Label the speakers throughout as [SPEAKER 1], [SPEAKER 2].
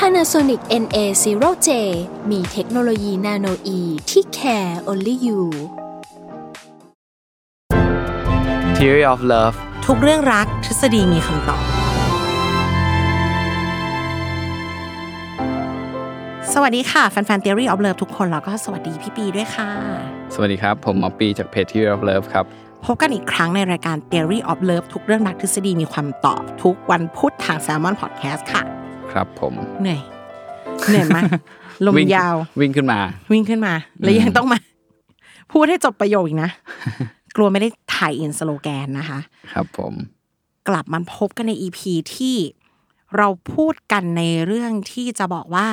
[SPEAKER 1] Panasonic NA0J มีเทคโนโลยีนาโนอีที่ care only you
[SPEAKER 2] Theory of Love
[SPEAKER 3] ทุกเรื่องรักทฤษฎีมีคำตอบ สวัสดีค่ะ แฟนๆ Theory of Love ทุกคน แล้วก็สวัสดีพี่ปีด้วยค่ะ
[SPEAKER 2] สวัสดีครับ ผมหมอปีจากเพจ Theory of Love ครับ
[SPEAKER 3] พบกันอีกครั้งในรายการ Theory of Love ทุกเรื่องรักทฤษฎีมีความตอบ ทุกวันพุธทาง Salmon Podcast ค่ะ
[SPEAKER 2] ครับผม
[SPEAKER 3] เหนื่อย เหนื่อย มาก ลม
[SPEAKER 2] วิ่ง
[SPEAKER 3] ยาว
[SPEAKER 2] วิ่งขึ้นมา
[SPEAKER 3] วิ่งขึ้นมา แล้วยังต้องมา พูดให้จบประโยคอีกนะ กลัวไม่ได้ถ่ายอินสโลแกนนะคะ
[SPEAKER 2] ครับผม
[SPEAKER 3] กลับมาพบกันใน EP ที่เราพูดกันในเรื่องที่จะบอกว่า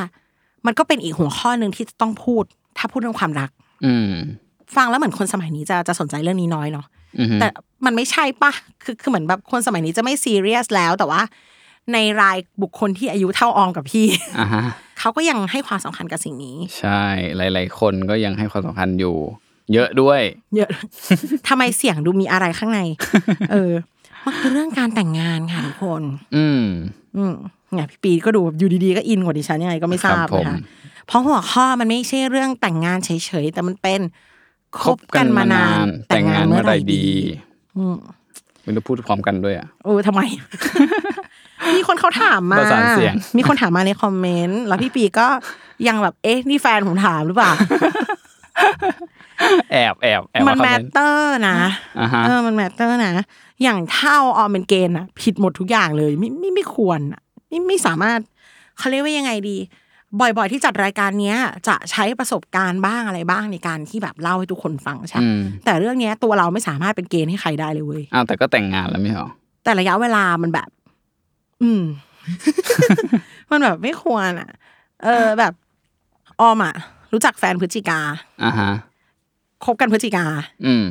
[SPEAKER 3] มันก็เป็นอีกหัวข้อหนึ่งที่ต้องพูด ถ้าพูดเรื่องความรัก
[SPEAKER 2] อืม
[SPEAKER 3] ฟังแล้วเหมือนคนสมัยนี้จะจะสนใจเรื่องนี้น้อยเนาะ
[SPEAKER 2] อือฮึ
[SPEAKER 3] แต่มันไม่ใช่ปะคือคือเหมือนแบบคนสมัยนี้จะไม่ซีเรียสแล้ว แต่ว่า ในรายบุคคลที่อายุเท่าออมกับพี่
[SPEAKER 2] อ่าฮะ
[SPEAKER 3] เขาก็ยังให้ความสำคัญกับสิ่งนี้
[SPEAKER 2] ใช่ หลาย ๆ คนก็ยังให้ความสำคัญอยู่ เยอะด้วย
[SPEAKER 3] เยอะ ทำไมเสียงดูมีอะไรข้างใน เออมันคือเรื่องการแต่งงานค่ะทุกคน
[SPEAKER 2] อืม
[SPEAKER 3] อืมเนี่ยพี่ปีก็ดูแบบอยู่ดีๆก็อินกว่าดิฉันยังไงก็ไม่ทรา
[SPEAKER 2] ครับบผม
[SPEAKER 3] นะคะเพราะหัวข้อมันไม่ใช่เรื่องแต่งงานเฉยๆแต่มันเป็นคบกันมานาน
[SPEAKER 2] แต่งงานเมื่อไหร่ดี
[SPEAKER 3] อืม
[SPEAKER 2] ไม่รู้พูดพร้อมกันด้วยอ่ะ
[SPEAKER 3] โอ้ทำไม มีคนเขาถามมา
[SPEAKER 2] ประสานเสียง
[SPEAKER 3] มีคนถามมาในคอมเมนต์แล้วพี่ปีก็ยังแบบเอ๊ะนี่แฟนผมถามหรือเปล่า
[SPEAKER 2] แอบแอบแอบ
[SPEAKER 3] มั
[SPEAKER 2] ว่าเขา
[SPEAKER 3] แม
[SPEAKER 2] เป็
[SPEAKER 3] ต
[SPEAKER 2] น
[SPEAKER 3] เตอร์นะ
[SPEAKER 2] อ่าฮะ
[SPEAKER 3] เออมันแมตเตอร์นะ อย่างเท่าออมเป็นเกณฑ์อะผิดหมดทุกอย่างเลย ไม่ไม่ไม่ควรอะไม่ไม่สามารถเขาเรียกว่ายังไงดี บ่อยๆ ที่จัดรายการเนี้ย จะใช้ประสบการณ์บ้างอะไรบ้างในการที่แบบเล่าให้ทุกคนฟังใช่
[SPEAKER 2] อืม
[SPEAKER 3] แต่เรื่องเนี้ยตัวเราไม่สามารถเป็นเกณฑ์ให้ใครได้เลยเว้ย
[SPEAKER 2] อ้าวแต่ก็แต่งงานแล้วไม่เหรอ
[SPEAKER 3] แต่ระยะเวลามันแบบ อืม มันแบบไม่ควรอะเออแบบออมอะรู้จักแฟนพฤศจิกา
[SPEAKER 2] อ่าฮะ
[SPEAKER 3] คบกันพฤศจิกา
[SPEAKER 2] อืม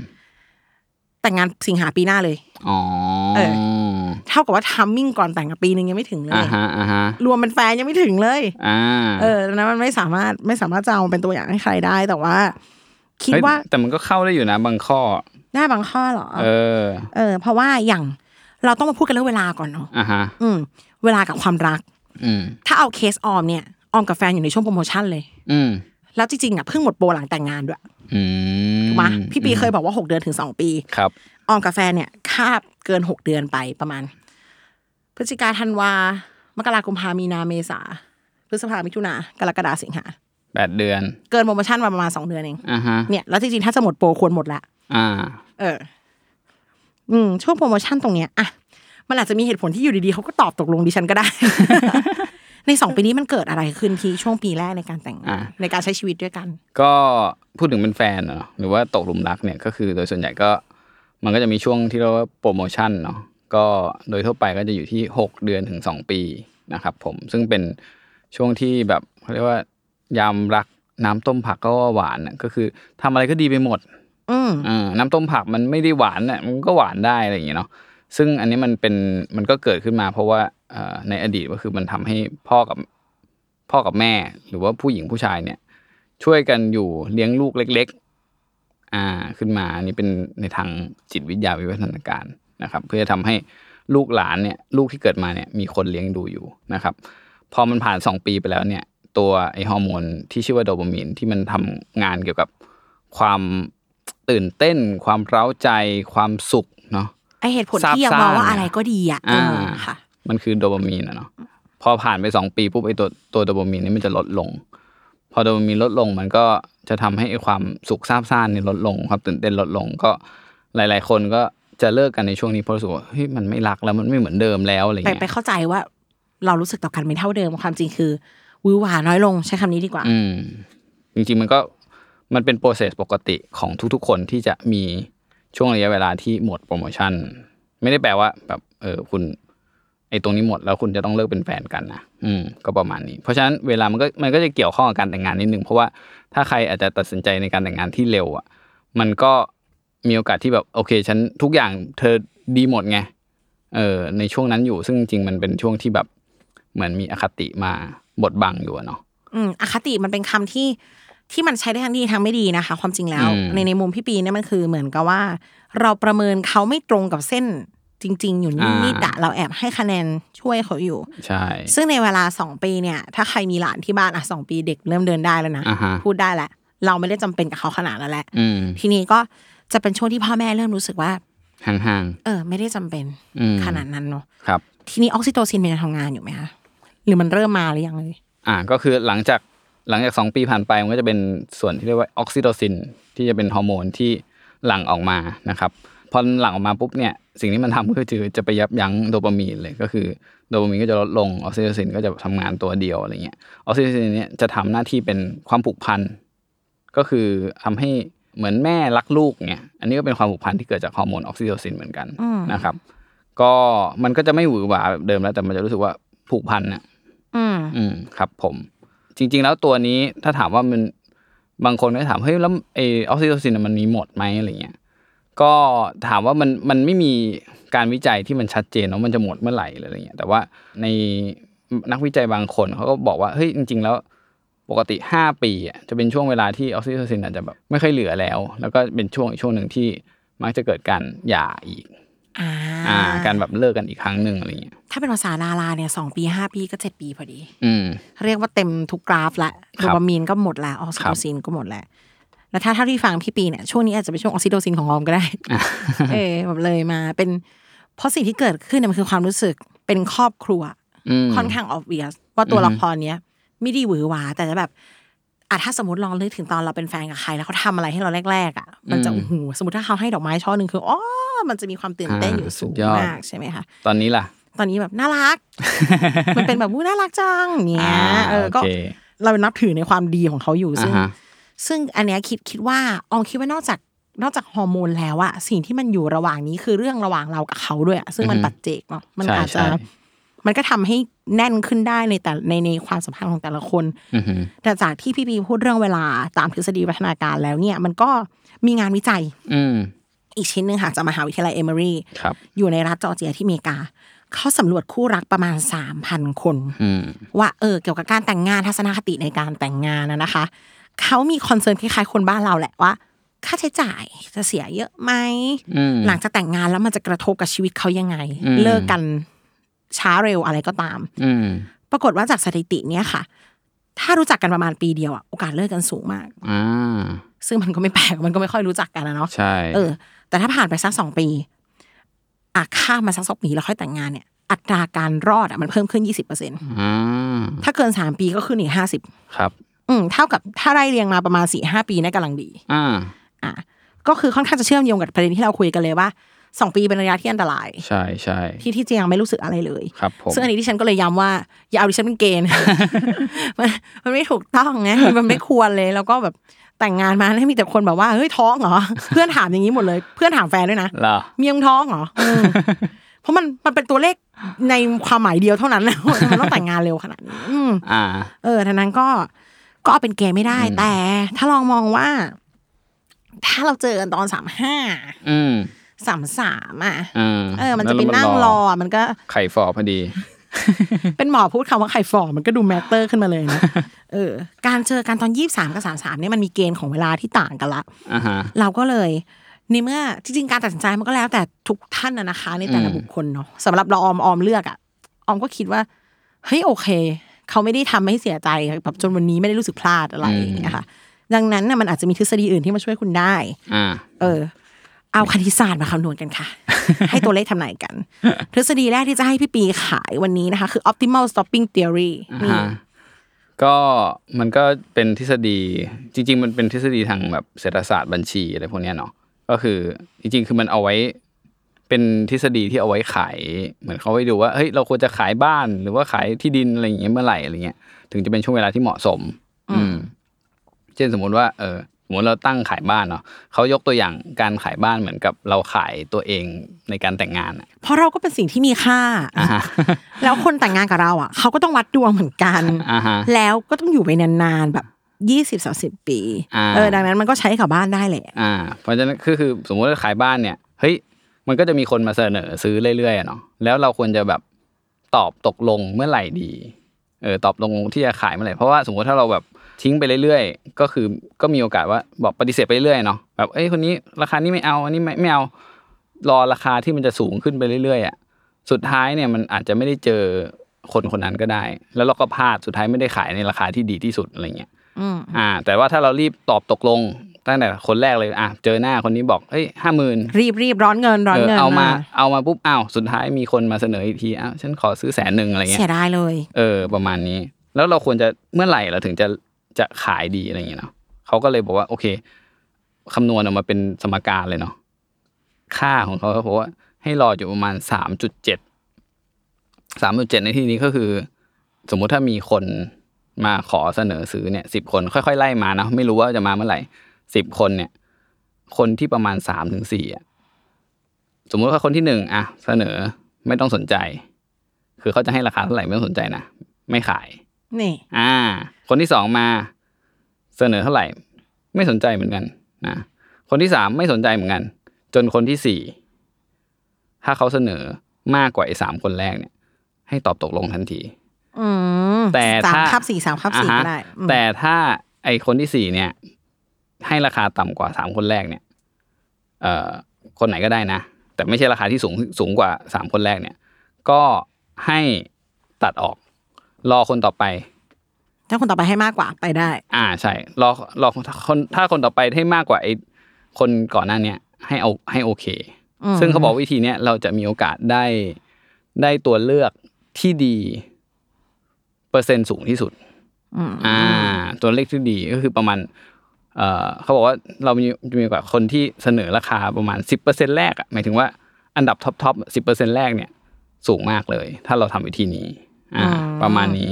[SPEAKER 3] แต่งงานสิงหาปีหน้าเลย
[SPEAKER 2] อ๋อ
[SPEAKER 3] เอ เท่ากับว่าทัมมิ่งก่อนแต่งกับปีหนึ่งยังไม่ถึงเลย
[SPEAKER 2] อ่าฮะอ่าฮะ
[SPEAKER 3] รวมเป็นแฟนยังไม่ถึงเลย
[SPEAKER 2] อ่า
[SPEAKER 3] เออดังนั้นมันไม่สามารถไม่สามารถจะเอามาเป็นตัวอย่างให้ใครได้ แต่ว่า คิด
[SPEAKER 2] เฮ้ย
[SPEAKER 3] ว่า
[SPEAKER 2] แต่มันก็เข้าได้อยู่นะบางข้อ
[SPEAKER 3] หน้าบางข้อเหรอ
[SPEAKER 2] เออ
[SPEAKER 3] เออ เพราะว่าอย่างเราต้องมาพูดกันเรื่องเวลาก่อนเนาะ
[SPEAKER 2] อ่าฮะ
[SPEAKER 3] อืม เวลากับความรัก
[SPEAKER 2] อืม
[SPEAKER 3] ถ้าเอาเคสออมเนี่ยออมกับแฟนอยู่ในช่วงโปรโมชั่นเลย
[SPEAKER 2] อืม
[SPEAKER 3] แล้วจริงๆอ่ะเพิ่งหมดโปรหลังแต่งงานด้วย
[SPEAKER 2] อืม
[SPEAKER 3] ถูกไหมพี่ปีเคยบอกว่าหกเดือนถึงสองปี
[SPEAKER 2] ครับ
[SPEAKER 3] ออมกับแฟนเนี่ยคาบเกินหกเดือนไปประมาณ พฤศจิกาธันวา มกราคมพามีนาเมษาพฤษภามิถุนากรกฎาสิงหา
[SPEAKER 2] แปดเดือน
[SPEAKER 3] เกินโปรโมชั่นมาประมาณสองเดือนเอง
[SPEAKER 2] อ่าฮะ
[SPEAKER 3] เนี่ยแล้วจริงๆ ถ้าจะหมดโปรควรหมดละ
[SPEAKER 2] อ่า
[SPEAKER 3] เออ อืม ช่วงโปรโมชั่นตรงเนี้ยอ่ะมันอาจจะมีเหตุผลที่อยู่ดีๆเขาก็ตอบตกลงดิฉันก็ได้ ในสองปีนี้มันเกิดอะไรขึ้นพี่ช่วงปีแรกในการแต่งงาน
[SPEAKER 2] อ่ะ
[SPEAKER 3] ในการใช้ชีวิตด้วยกัน
[SPEAKER 2] ก็พูดถึงเป็นแฟนอะเนาะหรือว่าตกหลุมรักเนี่ยก็คือโดยส่วนใหญ่ก็ มันก็จะมีช่วงที่เรียกว่าโปรโมชั่นเนาะก็โดยทั่วไปก็จะอยู่ที่ 6 เดือนถึง 2 ปีนะครับผมซึ่งเป็นช่วงที่แบบเขาเรียกว่ายามรักน้ำต้มผักก็ว่าหวานอะก็คือทำอะไรก็ดีไปหมด
[SPEAKER 3] อืม
[SPEAKER 2] เออน้ำต้มผักมันไม่ได้หวานน่ะมันก็หวานได้อะไรอย่างเงี้ยเนาะซึ่งอันนี้มันเป็นมันก็เกิดขึ้นมา เพราะว่าเอ่อในอดีตก็คือมันทำให้พ่อกับพ่อกับแม่ หรือว่าผู้หญิงผู้ชายเนี่ย ช่วยกันอยู่เลี้ยงลูกเล็ก ๆ อ่าขึ้นมาอันนี้เป็นในทางจิตวิทยาวิวัฒนาการนะครับ เพื่อทำให้ลูกหลานเนี่ยลูกที่เกิดมาเนี่ยมีคนเลี้ยงดูอยู่นะครับ พอมันผ่าน 2 ปีไปแล้วเนี่ย ตัวไอฮอร์โมนที่ชื่อว่าโดปามีนที่มันทำงานเกี่ยวกับความตื่นเต้น ความเร้าใจ ความสุขเนาะ
[SPEAKER 3] ไอเหตุผลที่ยังมองว่าอะไรก็ดีอ่ะ
[SPEAKER 2] อ่า
[SPEAKER 3] เออค่ะ
[SPEAKER 2] มันคือโดปามีนอะเนาะพอผ่านไปสองปีปุ๊บไอตัวตัวโดปามีนนี่มันจะลดลง พอโดปามีนลดลงมันก็จะทำให้ไอความสุขซาบซ่านเนี่ยลดลงความตื่นเต้นลดลงก็หลาย ๆ คนก็จะเลิกกันในช่วงนี้เพราะรู้สึกว่าเฮ้ยมันไม่รักแล้วมันไม่เหมือนเดิมแล้วอะไร
[SPEAKER 3] ไป
[SPEAKER 2] เงี้
[SPEAKER 3] ไป
[SPEAKER 2] ย
[SPEAKER 3] เข้าใจว่าเรารู้สึกต่อกันไม่เท่าเดิมความจริงคือวือหวาน้อยลงใช้คำนี้ดีกว่า
[SPEAKER 2] อืมจริง ๆ มันก็มันเป็นโปรเซสปกติของทุก ๆ คนที่จะมีช่วงระยะเวลาที่หมดโปรโมชั่น ไม่ได้แปลว่าแบบเออคุณไอ ไอ้ตรงนี้หมดแล้วคุณจะต้องเลิกเป็นแฟนกันนะอืมก็ประมาณนี้ เพราะฉะนั้นเวลามันก็มันก็จะเกี่ยวข้องกับการแต่งงานนิดนึงเพราะว่าถ้าใครอาจจะตัดสินใจในการแต่งงานที่เร็วอ่ะ มันก็มีโอกาสที่แบบโอเค ฉันทุกอย่างเธอดีหมดไงเออในช่วงนั้นอยู่ซึ่งจริงๆมันเป็นช่วงที่แบบเหมือนมีอคติมาบดบังอยู่อะเนาะ
[SPEAKER 3] อืมอคติมันเป็นคำที่ที่มันใช้ได้ทั้งดีทั้งไม่ดีนะคะ ความจริงแล้ว
[SPEAKER 2] อืม
[SPEAKER 3] ในในมุมพี่ปีเนี่ยมันคือเหมือนกับว่า เราประเมินเขาไม่ตรงกับเส้นจริง ๆ อยู่นิดๆอะเราแอบให้คะแนนช่วยเขาอยู่
[SPEAKER 2] ใช่
[SPEAKER 3] ซึ่งในเวลาสองปีเนี่ย ถ้าใครมีหลานที่บ้านอ่ะสองปีเด็กเริ่มเดินได้แล้วนะ
[SPEAKER 2] อ่าฮะ
[SPEAKER 3] พูดได้แหละ เราไม่ได้จำเป็นกับเขาขนาดนั้นแหละ
[SPEAKER 2] อืม
[SPEAKER 3] ทีนี้ก็จะเป็นช่วงที่พ่อแม่เริ่มรู้สึกว่า
[SPEAKER 2] ห่าง
[SPEAKER 3] เออ ไม่ได้จำเป็น
[SPEAKER 2] ๆอืม
[SPEAKER 3] ขนาดนั้นเนาะ
[SPEAKER 2] ครับ
[SPEAKER 3] ทีนี้ออกซิโตซินมันยังทำงานอยู่ไหมคะหรือมันเริ่มมาหรือยังเลย
[SPEAKER 2] อ่าก็คือหลังจากหลังจากสองปีผ่านไปมันก็จะเป็นส่วนที่เรียกว่าออกซิโตซินที่จะเป็นฮอร์โมนที่หลั่งออกมานะครับพอหลั่งออกมาปุ๊บเนี่ยสิ่งที่มันทำก็คือจะไปยับยั้งโดปามีนเลยก็คือโดปามีนก็จะลดลงออกซิโตซินก็จะทำงานตัวเดียวอะไรเงี้ยออกซิโตซินเนี่ยจะทำหน้าที่เป็นความผูกพันก็คือทำให้เหมือนแม่รักลูกเนี่ยอันนี้ก็เป็นความผูกพันที่เกิดจากฮอร์โมนออกซิโตซินเหมือนกันนะครับก็มันก็จะไม่หวือหวาแบบเดิมแล้วแต่มันจะรู้สึกว่าผูกพันน่ะ
[SPEAKER 3] อืม
[SPEAKER 2] อืมครับผมจริง ๆ แล้วตัวนี้ถ้าถามว่ามันบางคนก็ถามเฮ้ยแล้วไอออกซิโตซินมันมีหมดไหมอะไรเงี้ยก็ถามว่ามันมันไม่มีการวิจัยที่มันชัดเจนว่ามันจะหมดเมื่อไหร่อะไรเงี้ยแต่ว่าในนักวิจัยบางคนเขาก็บอกว่าเฮ้ยจริง ๆ แล้วปกติ 5 ปีอะจะเป็นช่วงเวลาที่ออกซิโตซินอาจจะแบบไม่ค่อยเหลือแล้ว แล้วก็เป็นช่วงอีกช่วงหนึ่งที่มักจะเกิดการหย่าอีก
[SPEAKER 3] อ่า
[SPEAKER 2] อ่า การแบบเลิกกันอีกครั้งหนึ่งอะไรเงี้ย
[SPEAKER 3] ถ้าเป็นภาษาดาราเนี่ยสองปีห้าปีก็เจ็ดปีพอดี
[SPEAKER 2] อืม
[SPEAKER 3] เรียกว่าเต็มทุกกราฟละ
[SPEAKER 2] ค
[SPEAKER 3] โด
[SPEAKER 2] รับ
[SPEAKER 3] ปามีนก็หมดแล้วออกซิโตซินก็หมดแล้วแล้วถ้าเท่าที่ฟังพี่ปีเนี่ยช่วงนี้อาจจะเป็นช่วงออกซิโตซินของออมก็ได้
[SPEAKER 2] อ่ะ
[SPEAKER 3] เออแบบเลยมาเป็นเพราะสิ่งที่เกิดขึ้นเนี่ยมันคือความรู้สึกเป็นครอบครัว
[SPEAKER 2] อืม
[SPEAKER 3] ค่อนข้างออบเวียสว่าตัว
[SPEAKER 2] อือฮึ
[SPEAKER 3] ละครเนี้ยไม่ได้หวือหวาแต่จะแบบอ่ะถ้าสมมติลองนึกถึงตอนเราเป็นแฟนกับใคร แล้วเขาทำอะไรให้เราแรกๆอ่ะมันจะโอ้โหสมมติถ้าเขาให้ดอกไม้ช่อหนึ่งคืออ๋อมันจะมีความตื่นเต้นอยู่สูงมากใช่ไหมคะ
[SPEAKER 2] ตอนนี้ล่ะ
[SPEAKER 3] ตอนนี้แบบน่ารัก มันเป็นแบบอู้น่ารักจังเนี้ยเออ ก็
[SPEAKER 2] โค
[SPEAKER 3] เรานับถือในความดีของเขาอยู่ ซึ่ง
[SPEAKER 2] อ่าฮะ
[SPEAKER 3] ซึ่งอันเนี้ยคิดคิดว่าอองคิดว่านอกจากนอกจากฮอร์โมนแล้วอะสิ่งที่มันอยู่ระหว่างนี้คือเรื่องระหว่างเรากับเขาด้วยอะซึ่งมันปัจเจกเนาะมัน
[SPEAKER 2] ใช่
[SPEAKER 3] อาจจะ
[SPEAKER 2] ใช่
[SPEAKER 3] มันก็ทำให้แน่นขึ้นได้ในแต่ในในความสัมพันธ์ของแต่ละคน
[SPEAKER 2] อือฮึ
[SPEAKER 3] แต่จากที่พี่ปีพูดเรื่องเวลาตามทฤษฎีวัฒนาการแล้วเนี่ย มันก็มีงานวิจัย
[SPEAKER 2] อืม
[SPEAKER 3] อีกชิ้นหนึ่งค่ะจากมหาวิทยาลัยเอเมอรี่
[SPEAKER 2] ครับ
[SPEAKER 3] อยู่ในรัฐจอร์เจียที่อเมริกา เขาสำรวจคู่รักประมาณ 3,000 คน
[SPEAKER 2] อืม
[SPEAKER 3] ว่าเออเกี่ยวกับการแต่งงานทัศนคติในการแต่งงานนะนะคะ เขามีคอนเซิร์นคล้ายๆคนบ้านเราแหละว่า ค่าใช้จ่ายจะเสียเยอะไหม
[SPEAKER 2] อืม
[SPEAKER 3] หลังจากแต่งงานแล้วมันจะกระทบกับชีวิตเขายังไง
[SPEAKER 2] อืม
[SPEAKER 3] เลิกกันช้าเร็วอะไรก็ตาม
[SPEAKER 2] อืม
[SPEAKER 3] ปรากฏว่าจากสถิติเนี้ยค่ะ ถ้ารู้จักกันประมาณปีเดียวอะโอกาสเลิกกันสูงมาก
[SPEAKER 2] อ่า
[SPEAKER 3] ซึ่งมันก็ไม่แปลกมันก็ไม่ค่อยรู้จักกันนะเนาะ
[SPEAKER 2] ใช่
[SPEAKER 3] เออ แต่ถ้าผ่านไปสักสองปีอ่ะข้ามมาสักสองปีแล้วค่อยแต่งงานเนี่ย อัตราการรอดอ่ะมันเพิ่มขึ้นยี่สิบเปอร์เซ็น
[SPEAKER 2] อ่า
[SPEAKER 3] ถ้าเกินสามปีก็ขึ้นอีกห้าสิบ
[SPEAKER 2] ครับ
[SPEAKER 3] อืมเท่ากับถ้าไล่เรียงมาประมาณสี่ห้าปีเน่ยกำลังดี
[SPEAKER 2] อ่า
[SPEAKER 3] อ่ะก็คือค่อนข้างจะเชื่อมโยงกับประเด็นที่เราคุยกันเลยว่าสองปีเป็นระยะที่อันตราย
[SPEAKER 2] ใช่ใช่
[SPEAKER 3] ที่ที่จะยังไม่รู้สึกอะไรเลย
[SPEAKER 2] ครับผม
[SPEAKER 3] ซึ่งอันนี้ที่ฉันก็เลยย้ำว่า อย่าเอาดิฉันเป็นเกณฑ์ มันมันไม่ถูกต้องนะมันไม่ควรเลย แล้วก็แบบแต่งงานมาแล้วมีแต่คนแบบว่าเฮ้ยท้องเหรอ เพื่อนถามอย่างนี้หมดเลย เพื่อนถามแฟนด้วยนะ
[SPEAKER 2] ล่ะ
[SPEAKER 3] เมียมึงท้องเหรอเออ เพราะมันมันเป็นตัวเลขในความหมายเดียวเท่านั้นนะ ว่าทำไมันต้องแต่งงานเร็วขนาดนี้อืม
[SPEAKER 2] อ่า
[SPEAKER 3] เออทั้งนั้นก็ก็เอาเป็นเกย์ไม่ได้ แต่ ถ้าลองมองว่า ถ้าเราเจอกันตอนสามห้า
[SPEAKER 2] อืม
[SPEAKER 3] สามสามอ่ะ
[SPEAKER 2] อ่า
[SPEAKER 3] เออ มันจะไปนั่งรอมันก็
[SPEAKER 2] ไข่ฟอพอดี
[SPEAKER 3] เป็นหมอพูดคำว่าไข่ฟองมันก็ดูแมตเตอร์ขึ้นมาเลยนะ เออ การเจอกันตอนยี่สามกับสามสามเนี่ยมันมีเกณฑ์ของเวลาที่ต่างกันละ
[SPEAKER 2] อ่าฮะ
[SPEAKER 3] เราก็เลยในเมื่อจริงๆการตัดสินใจมันก็แล้วแต่ทุกท่านนะนะคะ ในแต่ละ
[SPEAKER 2] อืม
[SPEAKER 3] บุคคลเนาะสำหรับเราออมออมเลือกอะออมก็คิดว่าเฮ้ยโอเค เขาไม่ได้ทำให้เสียใจแบบจนวันนี้ไม่ได้รู้สึกพลาดอะไรอย่างเงี้ยค่ะดังนั้นน่ะมันอาจจะมีทฤษฎีอื่นที่มาช่วยคุณได้
[SPEAKER 2] อ่า
[SPEAKER 3] เออ เอาคณิตศาสตร์มาคำนวณกัน ค่ะ ให้ตัวเลขทำนายกัน ทฤษฎีแรกที่จะให้พี่ปีขายวันนี้นะคะ คือ optimal stopping theory นี่
[SPEAKER 2] อ่าฮะก็มันก็เป็นทฤษฎีจริง ๆ มันเป็นทฤษฎีทางแบบเศรษฐศาสตร์บัญชีอะไรพวกเนี้ยเนาะก็คือจริง ๆ คือมันเอาไว้เป็นทฤษฎีที่เอาไว้ขายเหมือนเขาไว้ดูว่าเฮ้ยเราควรจะขายบ้านหรือว่าขายที่ดินอะไรอย่างเงี้ยเมื่อไหร่อะไรเงี้ยถึงจะเป็นช่วงเวลาที่เหมาะสม อืม เช่นสมมติว่าเออ มมติเราตั้งขายบ้านเนาะเขายกตัวอย่างการขายบ้านเหมือนกับเราขายตัวเองในการแต่งงานอะ
[SPEAKER 3] เพราะเราก็เป็นสิ่งที่มีค่า
[SPEAKER 2] อ่าฮะ
[SPEAKER 3] แล้วคนแต่งงานกับเราอ่ะเขาก็ต้องวัดดวงเหมือนกัน
[SPEAKER 2] อ่าฮะ
[SPEAKER 3] แล้วก็ต้องอยู่ไปนานๆแบบยี่สิบสาสิบปี
[SPEAKER 2] อ่า
[SPEAKER 3] เออดังนั้นมันก็ใช้กับบ้านได้แหละ
[SPEAKER 2] อ่าเพราะฉะนั้นคือคือสมมติว่าขายบ้านเนี่ยเฮ้ยมันก็จะมีคนมาเสนอซื้อเรื่อยๆอะเนาะแล้วเราควรจะแบบตอบตกลงเมื่อไหร่ดีเออตอบตกลงที่จะขายเมื่อไหร่เพราะว่าสมมติถ้าเราแบบทิ้งไปเรื่อยๆ ก็คือก็มีโอกาสว่าบอกปฏิเสธไปเรื่อยๆเนาะแบบเอ้ยคนนี้ราคานี้ไม่เอาอันนี้ไม่ไม่เอารอราคาที่มันจะสูงขึ้นไปเรื่อยๆอ่ะสุดท้ายเนี่ยมันอาจจะไม่ได้เจอคนคนนั้นก็ได้ แล้วเราก็พลาดสุดท้ายไม่ได้ขายในราคาที่ดีที่สุดอะไรเงี้ย
[SPEAKER 3] อืม
[SPEAKER 2] อ่าแต่ว่าถ้าเรารีบตอบตกลงตั้งแต่คนแรกเลยอ่ะเจอหน้าคนนี้บอกเฮ้ยห้าหมื่น
[SPEAKER 3] รีบรีบร้อนเงินร้อนเงิน
[SPEAKER 2] เอามาเอามาปุ๊บอ้าวสุดท้ายมีคนมาเสนออีกทีอ้าวฉันขอซื้อแสนหนึ่งอะไรเงี้
[SPEAKER 3] เสี
[SPEAKER 2] ย
[SPEAKER 3] ยดายเลย
[SPEAKER 2] เออประมาณนี้ แล้วเราควรจะเมื่อไหร่เราถึงจะจะขายดีอะไรเงี้ยเนาะเขาก็เลยบอกว่าโอเคคำนวณออกมาเป็นสมการเลยเนาะค่าของเขาเขาบอกว่าให้รออยู่ประมาณสามจุดเจ็ดสามจุดเจ็ดในที่นี้ก็คือ สมมุติถ้ามีคนมาขอเสนอซื้อเนี่ยสิบคนค่อยๆไล่มานะไม่รู้ว่าจะมาเมื่อไหร่สิบคนเนี่ย คนที่ประมาณสามถึงสี่อ่ะสมมุติว่าคนที่หนึ่งอ่ะเสนอไม่ต้องสนใจ คือเขาจะให้ราคาเท่าไหร่ไม่ต้องสนใจนะไม่ขาย
[SPEAKER 3] นี่
[SPEAKER 2] อ่า คนที่สองมาเสนอเท่าไหร่ ไม่สนใจเหมือนกันนะคนที่สามไม่สนใจเหมือนกัน จนคนที่สี่ถ้าเขาเสนอมากกว่าไอ้สามคนแรกเนี่ย ให้ตอบตกลงทันที
[SPEAKER 3] อืม
[SPEAKER 2] แต่
[SPEAKER 3] สาม
[SPEAKER 2] ถ้า
[SPEAKER 3] ทับสี่สามทับสี่
[SPEAKER 2] อ่าฮะ
[SPEAKER 3] ก็ได้อืม
[SPEAKER 2] แต่ถ้าไอคนที่สี่เนี่ย ให้ราคาต่ำกว่าสามคนแรกเนี่ย เอ่อคนไหนก็ได้นะ แต่ไม่ใช่ราคาที่สูงสูงกว่าสามคนแรกเนี่ย ก็ให้ตัดออก รอคนต่อไป
[SPEAKER 3] ถ้าคนต่อไปให้มากกว่าไปได้
[SPEAKER 2] อ่าใช่รอรอคนถ้าคนต่อไปให้มากกว่าไอคนก่อนหน้าเนี้ยให้เอาให้โอเค
[SPEAKER 3] อืม
[SPEAKER 2] ซึ่งเขาบอกวิธีเนี้ยเราจะมีโอกาสได้ได้ตัวเลือกที่ดี เปอร์เซ็นต์สูงที่สุด
[SPEAKER 3] อืม
[SPEAKER 2] อ่าตัวเลขที่ดีก็คือประมาณเอ่อเขาบอกว่าเรามีมีกว่าคนที่เสนอราคาประมาณ 10%แรกอะหมายถึงว่าอันดับท็อปท็อปสิแรกเนี่ย สูงมากเลย ถ้าเราทำวิธีนี้ อ่า ประมาณนี้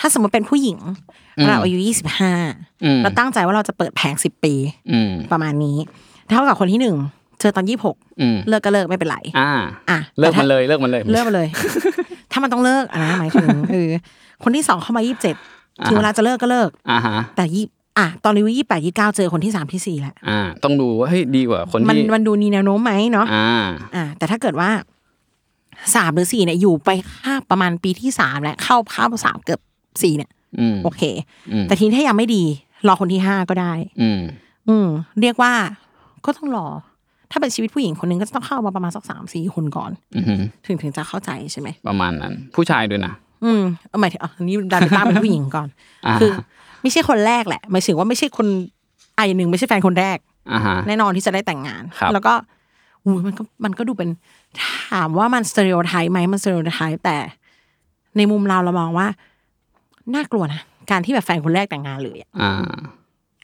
[SPEAKER 3] ถ้าสมมติเป็นผู้หญิง เราอายุยี่สิบห้า
[SPEAKER 2] อืม
[SPEAKER 3] เราตั้งใจว่าเราจะเปิดแผงสิบปี
[SPEAKER 2] อืม
[SPEAKER 3] ประมาณนี้ เท่ากับคนที่หนึ่งเจอตอนยี่หก
[SPEAKER 2] อืม
[SPEAKER 3] เลิกก็เลิกไม่เป็นไร
[SPEAKER 2] อ่า
[SPEAKER 3] อ่ะ
[SPEAKER 2] เลิก
[SPEAKER 3] แต่ถ้า
[SPEAKER 2] มันเลยเลิกมันเลย
[SPEAKER 3] เลิกไปเลย ถ้ามันต้องเลิกอ่ะนะหมายถึง เออคนที่สองเข้ามายี่สิบเจ็ด
[SPEAKER 2] อ่า
[SPEAKER 3] ถึงเวลาจะเลิกก็เลิก
[SPEAKER 2] อ่าฮะ
[SPEAKER 3] แต่ยี่อ่ะตอนอายุยี่แปดยี่เก้าเจอคนที่สามที่สี่แหละ
[SPEAKER 2] อ่า ต้องดูว่าเฮ้ยดีกว่าคน
[SPEAKER 3] มัน
[SPEAKER 2] ที่
[SPEAKER 3] มันดูมีแนวโน้มไหมเนาะ
[SPEAKER 2] อ่า
[SPEAKER 3] อ่ะแต่ถ้าเกิดว่าสามหรือสี่เนี่ยอยู่ไปค่าประมาณปีที่สามแล้วเข้าข้าสามเกือบสี่เนี่ย
[SPEAKER 2] อืม
[SPEAKER 3] โอเค
[SPEAKER 2] อืม
[SPEAKER 3] แต่ทีนี้ถ้ายังไม่ดี รอคนที่ห้าก็ได้
[SPEAKER 2] อืม
[SPEAKER 3] อืม เรียกว่าก็ต้องรอ ถ้าเป็นชีวิตผู้หญิงคนหนึ่งก็จะต้องเข้ามาประมาณสักสามสี่คนก่อน
[SPEAKER 2] อือหือ
[SPEAKER 3] ถึงถึงจะเข้าใจใช่ไหม
[SPEAKER 2] ประมาณนั้น ผู้ชายด้วยนะ
[SPEAKER 3] อืมเอาหมายถึงอ๋ออันนี้ดาริต้าเป็นผู้หญิงก่อน
[SPEAKER 2] อ่า
[SPEAKER 3] คือ ไม่ใช่คนแรกแหละหมายถึงว่าไม่ใช่คนไอะอย่างหนึ่งไม่ใช่แฟนคนแรก
[SPEAKER 2] อ่าฮะ
[SPEAKER 3] แน่นอนที่จะได้แต่งงาน
[SPEAKER 2] ครับ
[SPEAKER 3] แล้วก็อุ้ยมันก็มันก็ดูเป็นถามว่ามันสเตอริโอไทป์ไหมมันสเตอริโอไทป์แต่ในมุมเราเรามองว่า น่ากลัวนะการที่แบบแฟนคนแรกแต่งงานเลยอะ
[SPEAKER 2] อ่า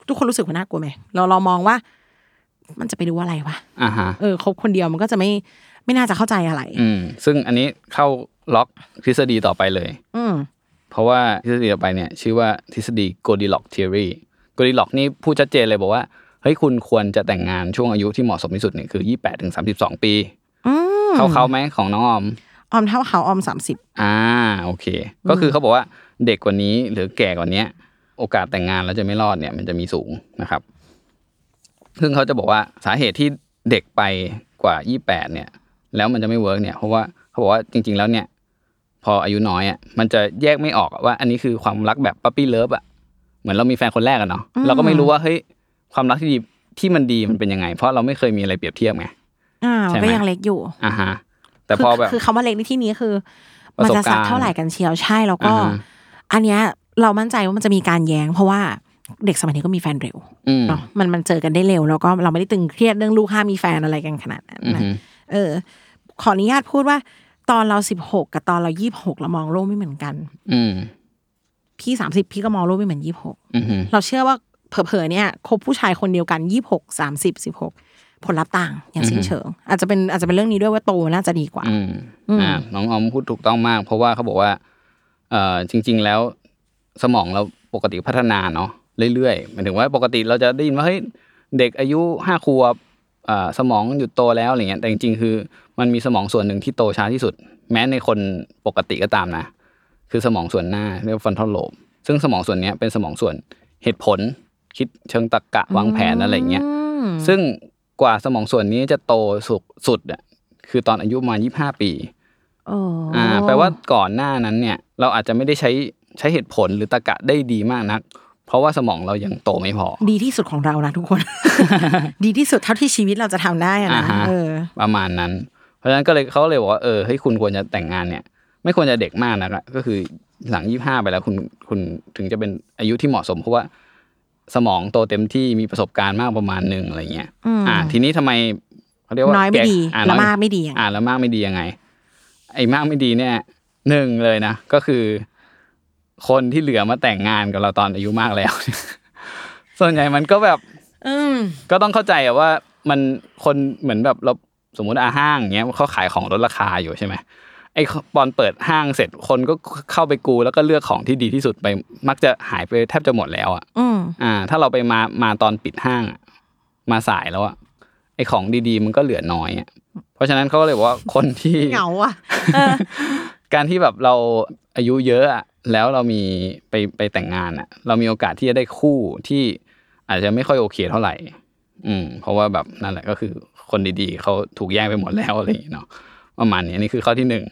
[SPEAKER 3] ทุกคนรู้สึกว่าน่ากลัวไหมเราเรามองว่า มันจะไปดูอะไรวะ
[SPEAKER 2] อ่าฮะ
[SPEAKER 3] เออคบคนเดียวมันก็จะไม่ไม่น่าจะเข้าใจอะไร
[SPEAKER 2] อืม ซึ่งอันนี้เข้าล็อกทฤษฎีต่อไปเลย
[SPEAKER 3] อืม
[SPEAKER 2] เพราะว่าทฤษฎีต่อไปเนี่ย ชื่อว่าทฤษฎี Goldilocks theory Goldilocks นี่พูดชัดเจนเลยบอกว่า เฮ้ย คุณควรจะแต่งงานช่วงอายุที่เหมาะสมที่สุดเนี่ยคือ 28ถึง32 ปี
[SPEAKER 3] อืม
[SPEAKER 2] เข้าเขาๆไหมของน้องออม
[SPEAKER 3] ออมเท่าเขาออมสามสิบ
[SPEAKER 2] อ่าโอเค ก็คือเขาบอกว่าเด็กกว่านี้หรือแก่กว่าเนี้ย โอกาสแต่งงานแล้วจะไม่รอดเนี่ย มันจะมีสูงนะครับ ซึ่งเขาจะบอกว่าสาเหตุที่เด็กไปกว่า 28 เนี่ย แล้วมันจะไม่เวิร์กเนี่ยเพราะว่าเขาบอกว่าจริง ๆ แล้วเนี่ย พออายุน้อยอ่ะมันจะแยกไม่ออกว่า อันนี้คือความรักแบบปั๊ปปี้เลิฟอ่ะเหมือนเรามีแฟนคนแรกอะเนาะเราก็ไม่รู้ว่าเฮ้ยความรักที่ดีที่มันดีมันเป็นยังไง เพราะเราไม่เคยมีอะไรเปรียบเทียบไง
[SPEAKER 3] อ้าว
[SPEAKER 2] ใช่ไหม
[SPEAKER 3] ก็ยังเล็กอยู่
[SPEAKER 2] อ่าฮะ แต่พอแบบ
[SPEAKER 3] คืคือคำว่าเล็กในที่นี้คือ
[SPEAKER 2] ประ
[SPEAKER 3] มัน
[SPEAKER 2] สบ
[SPEAKER 3] จะ
[SPEAKER 2] การณ์
[SPEAKER 3] สักเท่าไหร่กันเชียวใช่แล้วก็
[SPEAKER 2] อ่าฮะ
[SPEAKER 3] อันเนี้ยเรามั่นใจว่ามันจะมีการแย้ง เพราะว่าเด็กสมัยนี้ก็มีแฟนเร็ว
[SPEAKER 2] อืม
[SPEAKER 3] เนาะมันมันเจอกันได้เร็ว แล้วก็เราไม่ได้ตึงเครียดเรื่องลูกห้ามมีแฟนอะไรกันขนาดนั้น
[SPEAKER 2] อืม
[SPEAKER 3] นะเออ ขออนุญาตพูดว่า ตอนเราสิบหกกับตอนเรายี่บหกเรามองโลกไม่เหมือนกัน
[SPEAKER 2] อืม
[SPEAKER 3] พี่สามสิบพี่ก็มองโลกไม่เหมือนยี่บหก
[SPEAKER 2] อืม
[SPEAKER 3] เราเชื่อว่าเผลอๆเนี่ยคบผู้ชายคนเดียวกันยี่บหกสามสิบสิบหกผลลัพธ์ต่างอย่างสิ้นเชิง อาจจะเป็นอาจจะเป็นเรื่องนี้ด้วยว่าโตน่าจะดีกว่า
[SPEAKER 2] อืมอ่าน้องออมพูดถูกต้องมาก เพราะว่าเขาบอกว่า เอ่อจริง ๆ แล้วสมองเราปกติพัฒนาเนาะ เรื่อยๆหมายถึงว่าปกติเราจะได้ยินว่าเฮ้ยเด็กอายุห้าขวบอ่าสมองหยุดโตแล้วอะไรเงี้ยแต่จริงๆคือมันมีสมองส่วนหนึ่งที่โตช้าที่สุด แม้ในคนปกติก็ตามนะ คือสมองส่วนหน้าเรียกฟันทอลโลบซึ่งสมองส่วนเนี้ยเป็นสมองส่วนเหตุผล คิดเชิงตรรกะวางแผนอะไรเงี้ย
[SPEAKER 3] ม
[SPEAKER 2] ซึ่งกว่าสมองส่วนนี้จะโตสุดสุดอะคือตอนอายุประมาณยี่ห้าปี
[SPEAKER 3] โอ้
[SPEAKER 2] อ่าแปลว่าก่อนหน้านั้นเนี่ย เราอาจจะไม่ได้ใช้ใช้เหตุผลหรือตรรกะได้ดีมากนัก เพราะว่าสมองเรายังโตไม่พอ
[SPEAKER 3] ดีที่สุดของเรานะทุกคน ดีที่สุดเท่าที่ชีวิตเราจะทำได้อะนะ
[SPEAKER 2] อ่าฮะ
[SPEAKER 3] เออ
[SPEAKER 2] ประมาณนั้น เพราะฉะนั้นก็เลยเขาเลยบอกว่าเออเฮ้ยคุณควรจะแต่งงานเนี่ย ไม่ควรจะเด็กมากนักอะก็คือหลังยี่ห้าไปแล้วคุณคุณถึงจะเป็นอายุที่เหมาะสม เพราะว่าสมองโตเต็มที่มีประสบการณ์มากประมาณหนึ่งอะไรเงี้ย
[SPEAKER 3] อืม
[SPEAKER 2] อ่า ทีนี้ทำไมเขาเรียกว่า
[SPEAKER 3] น้อยไม่
[SPEAKER 2] แก่
[SPEAKER 3] ดี
[SPEAKER 2] อ่
[SPEAKER 3] ละ
[SPEAKER 2] น้อย
[SPEAKER 3] มากไม่ดีอย่าง
[SPEAKER 2] อ่านแล้วมากไม่ดียังไง ไอ้มากไม่ดีเนี่ยหนึ่งเลยนะ ก็คือ คนที่เหลือมาแต่งงานกับเราตอนอายุมากแล้ว ส่วนใหญ่มันก็แบบ
[SPEAKER 3] อืม
[SPEAKER 2] ก็ต้องเข้าใจอะว่ามันคนเหมือนแบบเราสมมุติอาห้างเงี้ยเขาขายของลดราคาอยู่ใช่ไหมไอ้ตอนเปิดห้างเสร็จคนก็เข้าไปกูแล้วก็เลือกของที่ดีที่สุดไป มักจะหายไปแทบจะหมดแล้วอ่ะ
[SPEAKER 3] อืม
[SPEAKER 2] อ่า ถ้าเราไปมามาตอนปิดห้างอะมาสายแล้วอ่ะไอ้ของดีๆ มันก็เหลือน้อยอะเพราะฉะนั้นเขาก็เลยบอกว่า คนที่
[SPEAKER 3] เหงาอ่ะ
[SPEAKER 2] การที่แบบเราอายุเยอะอะแล้วเรามีไปไปแต่งงานอะเรามีโอกาสที่จะได้คู่ที่อาจจะไม่ค่อยโอเคเท่าไหร่ อืม เพราะว่าแบบนั่นแหละก็คือคนดีๆเขาถูกแย่งไปหมดแล้วอะไรอย่างเงี้ยเนาะประมาณนี้อันนี่คือข้อที่หนึ่ง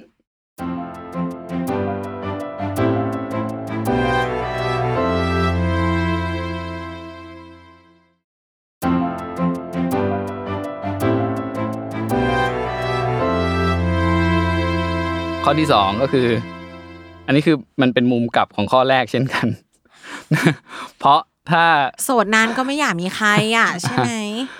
[SPEAKER 2] ข้อที่สองก็คือ อันนี้คือมันเป็นมุมกลับของข้อแรกเช่นกัน เพราะถ้า
[SPEAKER 3] โสดนานก็ไม่อยากมีใครอ่ะ ใช่ไหม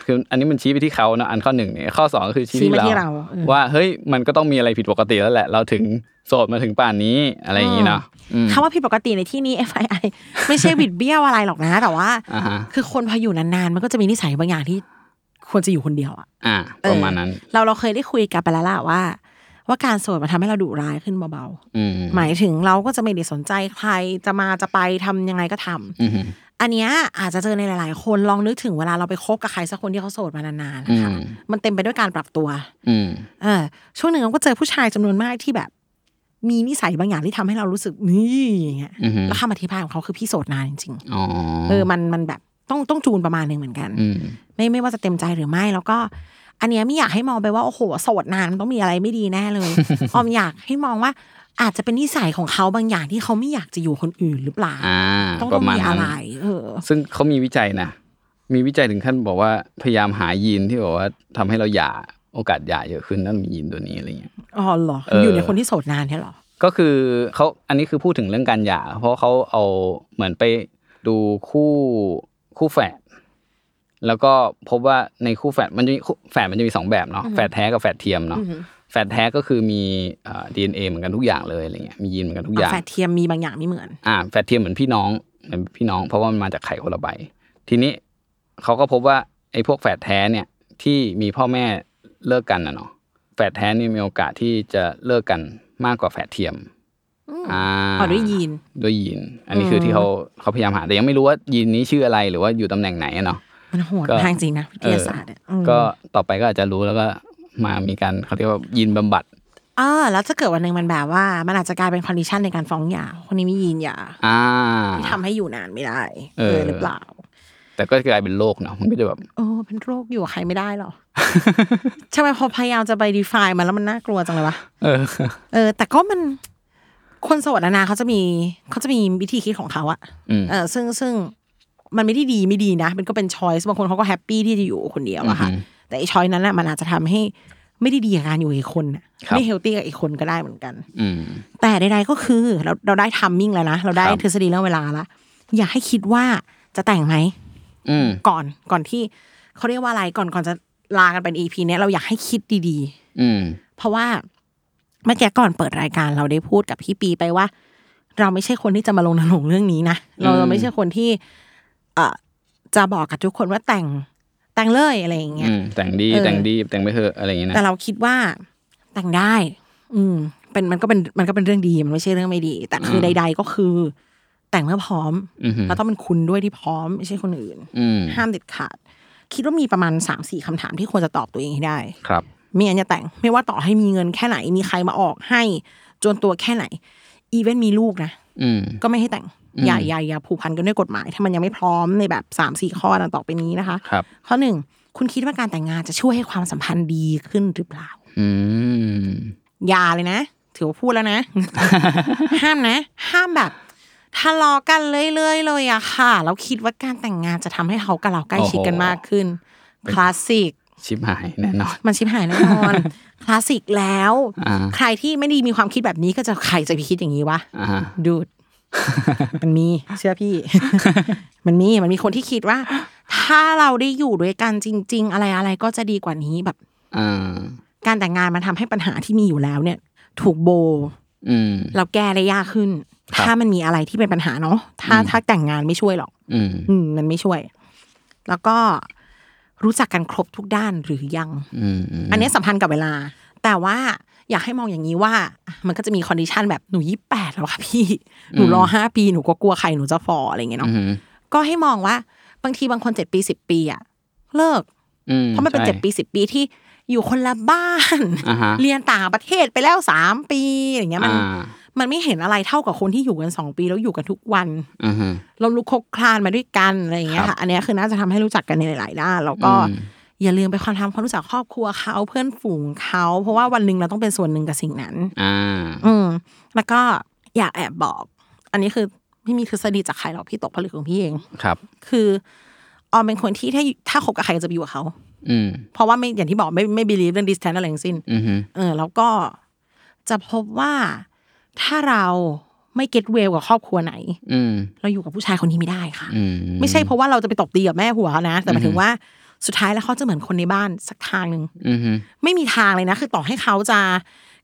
[SPEAKER 2] คืออันนี้มันชี้ไปที่เขาเนอะอันข้อหนึ่งเนี่ยข้อสองก็คือชี้
[SPEAKER 3] ชี้มาที่
[SPEAKER 2] ที่
[SPEAKER 3] เรา
[SPEAKER 2] เรา
[SPEAKER 3] เออ
[SPEAKER 2] ว่าเฮ้ยมันก็ต้องมีอะไรผิดปกติแล้วแหละ เราถึงโสดมาถึงป่านนี้อะไรอย่างนี้เนาะอืม
[SPEAKER 3] คำว่าผิดปกติในที่นี้ FII ไม่ใช่บิดเบี้ยวอะไรหรอกนะ แต่ว่า
[SPEAKER 2] อ่าฮะ
[SPEAKER 3] คือคนพออยู่นานๆ มันก็จะมีนิสัยบางอย่างที่ควรจะอยู่คนเดียวอ่ะ
[SPEAKER 2] อ่าประมาณนั้น
[SPEAKER 3] เราเราเคยได้คุยกันไปแล้วล่ะว่า ว่าการโสดมันทำให้เราดุร้ายขึ้นเบา
[SPEAKER 2] อืม
[SPEAKER 3] ๆ หมายถึงเราก็จะไม่ได้สนใจใครจะมาจะไปทำยังไงก็ทำ
[SPEAKER 2] อืม
[SPEAKER 3] อันเนี้ยอาจจะเจอในหลาย ๆ คนลองนึกถึงเวลาเราไปคบกับใครสักคนที่เขาโสดมานานๆ
[SPEAKER 2] อื
[SPEAKER 3] นะคะ
[SPEAKER 2] ม
[SPEAKER 3] มันเต็มไปด้วยการปรับตัว
[SPEAKER 2] อืม
[SPEAKER 3] เออช่วงหนึ่งเราก็เจอผู้ชายจำนวนมากที่แบบ มีนิสัยบางอย่างที่ทำให้เรารู้สึกนี่อย่างเงี้ย
[SPEAKER 2] อืม
[SPEAKER 3] แล้วคำอธิบายของเขาคือพี่โสดนานจริง
[SPEAKER 2] อ๋อ
[SPEAKER 3] ๆเออมันมันแบบต้องต้องจูนประมาณหนึ่งเหมือนกัน
[SPEAKER 2] อืม
[SPEAKER 3] ไม่ไม่ว่าจะเต็มใจหรือไม่แล้วก็ อันเนี้ยไม่อยากให้มองไปว่าโอ้โหโสดนานมันต้องมีอะไรไม่ดีแน่ เลย ออมอยากให้มองว่า อาจจะเป็นนิสัยของเขาบางอย่างที่เขาไม่อยากจะอยู่คนอื่นหรือเปล่า
[SPEAKER 2] อ่า
[SPEAKER 3] ต้อง
[SPEAKER 2] ป
[SPEAKER 3] ต้อ
[SPEAKER 2] ระ
[SPEAKER 3] ง
[SPEAKER 2] มาณ
[SPEAKER 3] มีอะ
[SPEAKER 2] นั้น
[SPEAKER 3] ไร เออ
[SPEAKER 2] ซึ่งเขามีวิจัยนะมีวิจัยถึงขั้นบอกว่าพยายามหายีนที่บอกว่าทำให้เราหย่าโอกาสหย่าเยอะขึ้นนั่นมียีนตัวนี้อะไรเงี้ย
[SPEAKER 3] อ๋อเหรอ
[SPEAKER 2] เออ
[SPEAKER 3] อ
[SPEAKER 2] อ
[SPEAKER 3] ยู่ในคนที่โสดนานเนี่ยเหรอ
[SPEAKER 2] ก็คือเขาอันนี้คือพูดถึงเรื่องการหย่า เพราะเขาเอาเหมือนไปดูคู่คู่แฝดแล้วก็พบว่าในคู่แฝดมันจะมีคู่แฝดมันจะมีสองแบบเนาะแฝดแท้กับแฝดเทียมเนาะ
[SPEAKER 3] อือฮึ
[SPEAKER 2] แฝดแท้ก็คือมีดีเอ็นเอ DNA เหมือนกันทุกอย่างเลยอะไรเงี้ยมียีนเหมือนกันทุกอย่า
[SPEAKER 3] แฝ
[SPEAKER 2] ง
[SPEAKER 3] ดเทียมมีบางอย่างไม่เหมือน
[SPEAKER 2] อ่าแฝดเทียมเหมือนพี่น้องเหมือนพี่น้องเพราะว่ามันมาจากไข่คนละใบทีนี้เขาก็พบว่าไอ้พวกแฝดแท้เนี่ยที่มีพ่อแม่เลิกกันนะเนาะแฝดแท้นี่มีโอกาสที่จะเลิกกันมากกว่าแฝดเทียมอ่า
[SPEAKER 3] อ๋อด้วยยีน
[SPEAKER 2] ด้วยยีน อันนี้คือที่เขาเขาพยายามหาแต่ยังไม่รู้ว่ายีนนี้ชื่ออะไรหรือว่าอยู่ตำแหน่งไหนอะเนาะ
[SPEAKER 3] มันโหด
[SPEAKER 2] ก็
[SPEAKER 3] มากจริงนะวิทยาศาสตร์อะม
[SPEAKER 2] ก็ต่อไปก็อาจจะรู้แล้วก็มามีการเขาเรียกว่ายีนบำบัด
[SPEAKER 3] อ่าแล้วถ้าเกิดวันหนึ่งมันแบบว่า มันอาจจะกลายเป็นคอนดิชันในการฟ้องหย่าคนนี้มียีนหย่า
[SPEAKER 2] อ่า
[SPEAKER 3] ที่ทำให้อยู่นานไม่ได้
[SPEAKER 2] เออ
[SPEAKER 3] หรือเปล่า
[SPEAKER 2] แต่ก็กลายเป็นโรคเนาะมันก็จะแบบ
[SPEAKER 3] โอ้เป็นโรคอยู่กับใครไม่ได้หรอ ใช่ไหมพอพยายามจะไปดีฟายมันแล้วมันน่ากลัวจังเลยวะ
[SPEAKER 2] เออ
[SPEAKER 3] เออ แต่ก็มันคนโสดอะนะเขาจะมีเขาจะมีวิธีคิดของเขาอะ
[SPEAKER 2] อืม
[SPEAKER 3] เออ ซึ่งซึ่งมันไม่ได้ดีไม่ดีนะ มันก็เป็นช้อยส์บางคนเขาก็แฮปปี้ที่จะอยู่คนเดียวอะค่ะ แต่ไอ้ช้อยนั้นอะมันอาจจะทำให้ไม่ได้ดีกับการอยู่กับอีกคนน่ะ
[SPEAKER 2] ครับ
[SPEAKER 3] ไม่เฮลตี้กับอีกคนก็ได้เหมือนกัน
[SPEAKER 2] อืม
[SPEAKER 3] แต่ใดๆก็คือเราเราได้ทัมมิ่งแล้วนะ เราได้
[SPEAKER 2] ครับ
[SPEAKER 3] ทฤษฎีเรื่องเวลาละอยากให้คิดว่าจะแต่งไหม
[SPEAKER 2] อืม
[SPEAKER 3] ก่อนก่อนที่เขาเรียกว่าอะไรก่อนก่อนจะลากันเป็น EP เนี้ยเราอยากให้คิดดี
[SPEAKER 2] อืม
[SPEAKER 3] ๆ เพราะว่าเมื่อกี้ก่อนเปิดรายการเราได้พูดกับพี่ปีไปว่า เราไม่ใช่คนที่จะมาลงนรงค์เรื่องนี้นะเรา
[SPEAKER 2] อืม
[SPEAKER 3] ไม่ใช่คนที่ เอ่อจะบอกกับทุกคนว่าแต่งแต่งเลยอะไรอย่างเงี้ย
[SPEAKER 2] อืมแต่งดี
[SPEAKER 3] เออ
[SPEAKER 2] แต่งดีแต่งไปเถอะอะไรอย่างเงี้ย
[SPEAKER 3] แต่
[SPEAKER 2] นะ
[SPEAKER 3] เราคิดว่าแต่งได้ อืม เป็นมันก็เป็นมันก็เป็นเรื่องดีมันไม่ใช่เรื่องไม่ดี แต่คือใด ๆก็คือ แต่งเมื่อพร้อม
[SPEAKER 2] อือหือ
[SPEAKER 3] แล้วต้องเป็นคุณด้วยที่พร้อมไม่ใช่คนอื่น
[SPEAKER 2] อืม
[SPEAKER 3] ห้ามเด็ดขาด คิดว่ามีประมาณ3ามสี่คำถามที่ควรจะตอบตัวเองให้ได้
[SPEAKER 2] ครับ
[SPEAKER 3] ไม่งั้นจะแต่งไม่ว่าต่อให้มีเงินแค่ไหน มีใครมาออกให้จนตัวแค่ไหน อีเวนมีลูกนะ
[SPEAKER 2] อืม
[SPEAKER 3] ก็ไม่ให้แต่ง
[SPEAKER 2] อืม
[SPEAKER 3] อย่าอย่าอย่าผูกพันกันด้วยกฎหมาย ถ้ามันยังไม่พร้อมในแบบ3ามสี่ข้อดังต่อไปนี้นะคะ
[SPEAKER 2] ครับ
[SPEAKER 3] ข้อหนึ่งคุณคิดว่าการแต่งงานจะช่วยให้ความสัมพันธ์ดีขึ้นหรือเปล่า
[SPEAKER 2] อืม
[SPEAKER 3] อย่าเลยนะ ถือว่าพูด แล้วนะ ห้ามนะ ห้ามแบบทะเลาะกันเรื่อยๆเลยอะค่ะ แล้วคิดว่าการแต่งงานจะทำให้เขากับเราใกล้ชิดกันมากขึ้น
[SPEAKER 2] โอ้โห
[SPEAKER 3] คลาสสิก
[SPEAKER 2] ชิบหายแน่นอน
[SPEAKER 3] มันชิบหายแน่น อน คลาสสิกแล้ว
[SPEAKER 2] อ่า
[SPEAKER 3] ใครที่ไม่ไดีมีความคิดแบบนี้ก็จะใครจะไปคิดอย่างนี้วะ
[SPEAKER 2] อ่า
[SPEAKER 3] ดูด มันมีเชื่อ พี่ มันมีมันมีคนที่คิดว่า ถ้าเราได้อยู่ด้วยกันจริง ๆ อะไรอะไรก็จะดีกว่านี้แบบ
[SPEAKER 2] อ่า
[SPEAKER 3] การแต่งงานมันทำให้ปัญหาที่มีอยู่แล้วเนี่ย ถูกโบว์
[SPEAKER 2] อืม
[SPEAKER 3] เราแก้ได้ยากขึ้น
[SPEAKER 2] ครับ
[SPEAKER 3] ถ้ามันมีอะไรที่เป็นปัญหาเนาะถ้า
[SPEAKER 2] อืม
[SPEAKER 3] ถ้าแต่งงานไม่ช่วยหรอก
[SPEAKER 2] อืม
[SPEAKER 3] อืม มันไม่ช่วย แล้วก็รู้จักกันครบทุกด้านหรือยัง
[SPEAKER 2] อืมม
[SPEAKER 3] อันนี้สัมพันธ์กับเวลา แต่ว่าอยากให้มองอย่างนี้ว่า มันก็จะมีคอนดิชันแบบหนูยี่แปดแล้วค่ะพี่ หนูรอห้าปีหนูก็กลัวใครหนูจะฟออะไรอย่างเงี้ย
[SPEAKER 2] อื
[SPEAKER 3] เนาะ
[SPEAKER 2] ม
[SPEAKER 3] ก็ให้มองว่าบางทีบางคนเจ็ดปีสิบปีอะเลิก
[SPEAKER 2] อืม
[SPEAKER 3] เพราะมันเป็นเจ็ดปีสิบปีที่อยู่คนละบ้าน
[SPEAKER 2] อ่าฮะ
[SPEAKER 3] เรียนต่างประเทศไปแล้วสามปีอย่างเงี้ยมัน
[SPEAKER 2] อ่า
[SPEAKER 3] มันไม่เห็นอะไรเท่ากับคนที่อยู่กันสองปีแล้วอยู่กันทุกวัน
[SPEAKER 2] อือฮึ
[SPEAKER 3] ล้มลุกคลุกคลานมาด้วยกันอะไรอย่างเงี้ย
[SPEAKER 2] ครับ
[SPEAKER 3] ค่ะ อันเนี้ยคือน่าจะทำให้รู้จักกันในหลาย ๆ ด้านแล้วก็
[SPEAKER 2] อืม
[SPEAKER 3] อย่าลืมไปความทำความรู้จักครอบครัวเขาเพื่อนฝูงเขา เพราะว่าวันหนึ่งเราต้องเป็นส่วนหนึ่งกับสิ่งนั้น
[SPEAKER 2] อ่า
[SPEAKER 3] อืมแล้วก็อยากแอบบอก อันนี้คือไม่มีทฤษฎีจากใครหรอกพี่ตกผลึกของพี่เอง
[SPEAKER 2] ครับ
[SPEAKER 3] คือออมเป็นคนที่ถ้าถ้าคบกับใครจะไปอยู่กับเขา
[SPEAKER 2] อืม
[SPEAKER 3] เพราะว่าไม่อย่างที่บอกไม่ไม่ believe เรื่อง distance อะไรทั้งสิ้น
[SPEAKER 2] อือฮึ
[SPEAKER 3] เออแล้วก็จะพบว่าถ้าเราไม่ get well กับครอบครัวไหน
[SPEAKER 2] อืม
[SPEAKER 3] เราอยู่กับผู้ชายคนนี้ไม่ได้ค่ะ
[SPEAKER 2] อืม
[SPEAKER 3] ไม่ใช่เพราะว่าเราจะไปตบตีกับแม่หัวเขานะ แต่หมายถึงว่าสุดท้ายแล้วเขาจะเหมือนคนในบ้านสักทางหนึ่ง
[SPEAKER 2] อือฮึ
[SPEAKER 3] ไม่มีทางเลยนะ คือต่อให้เขาจะ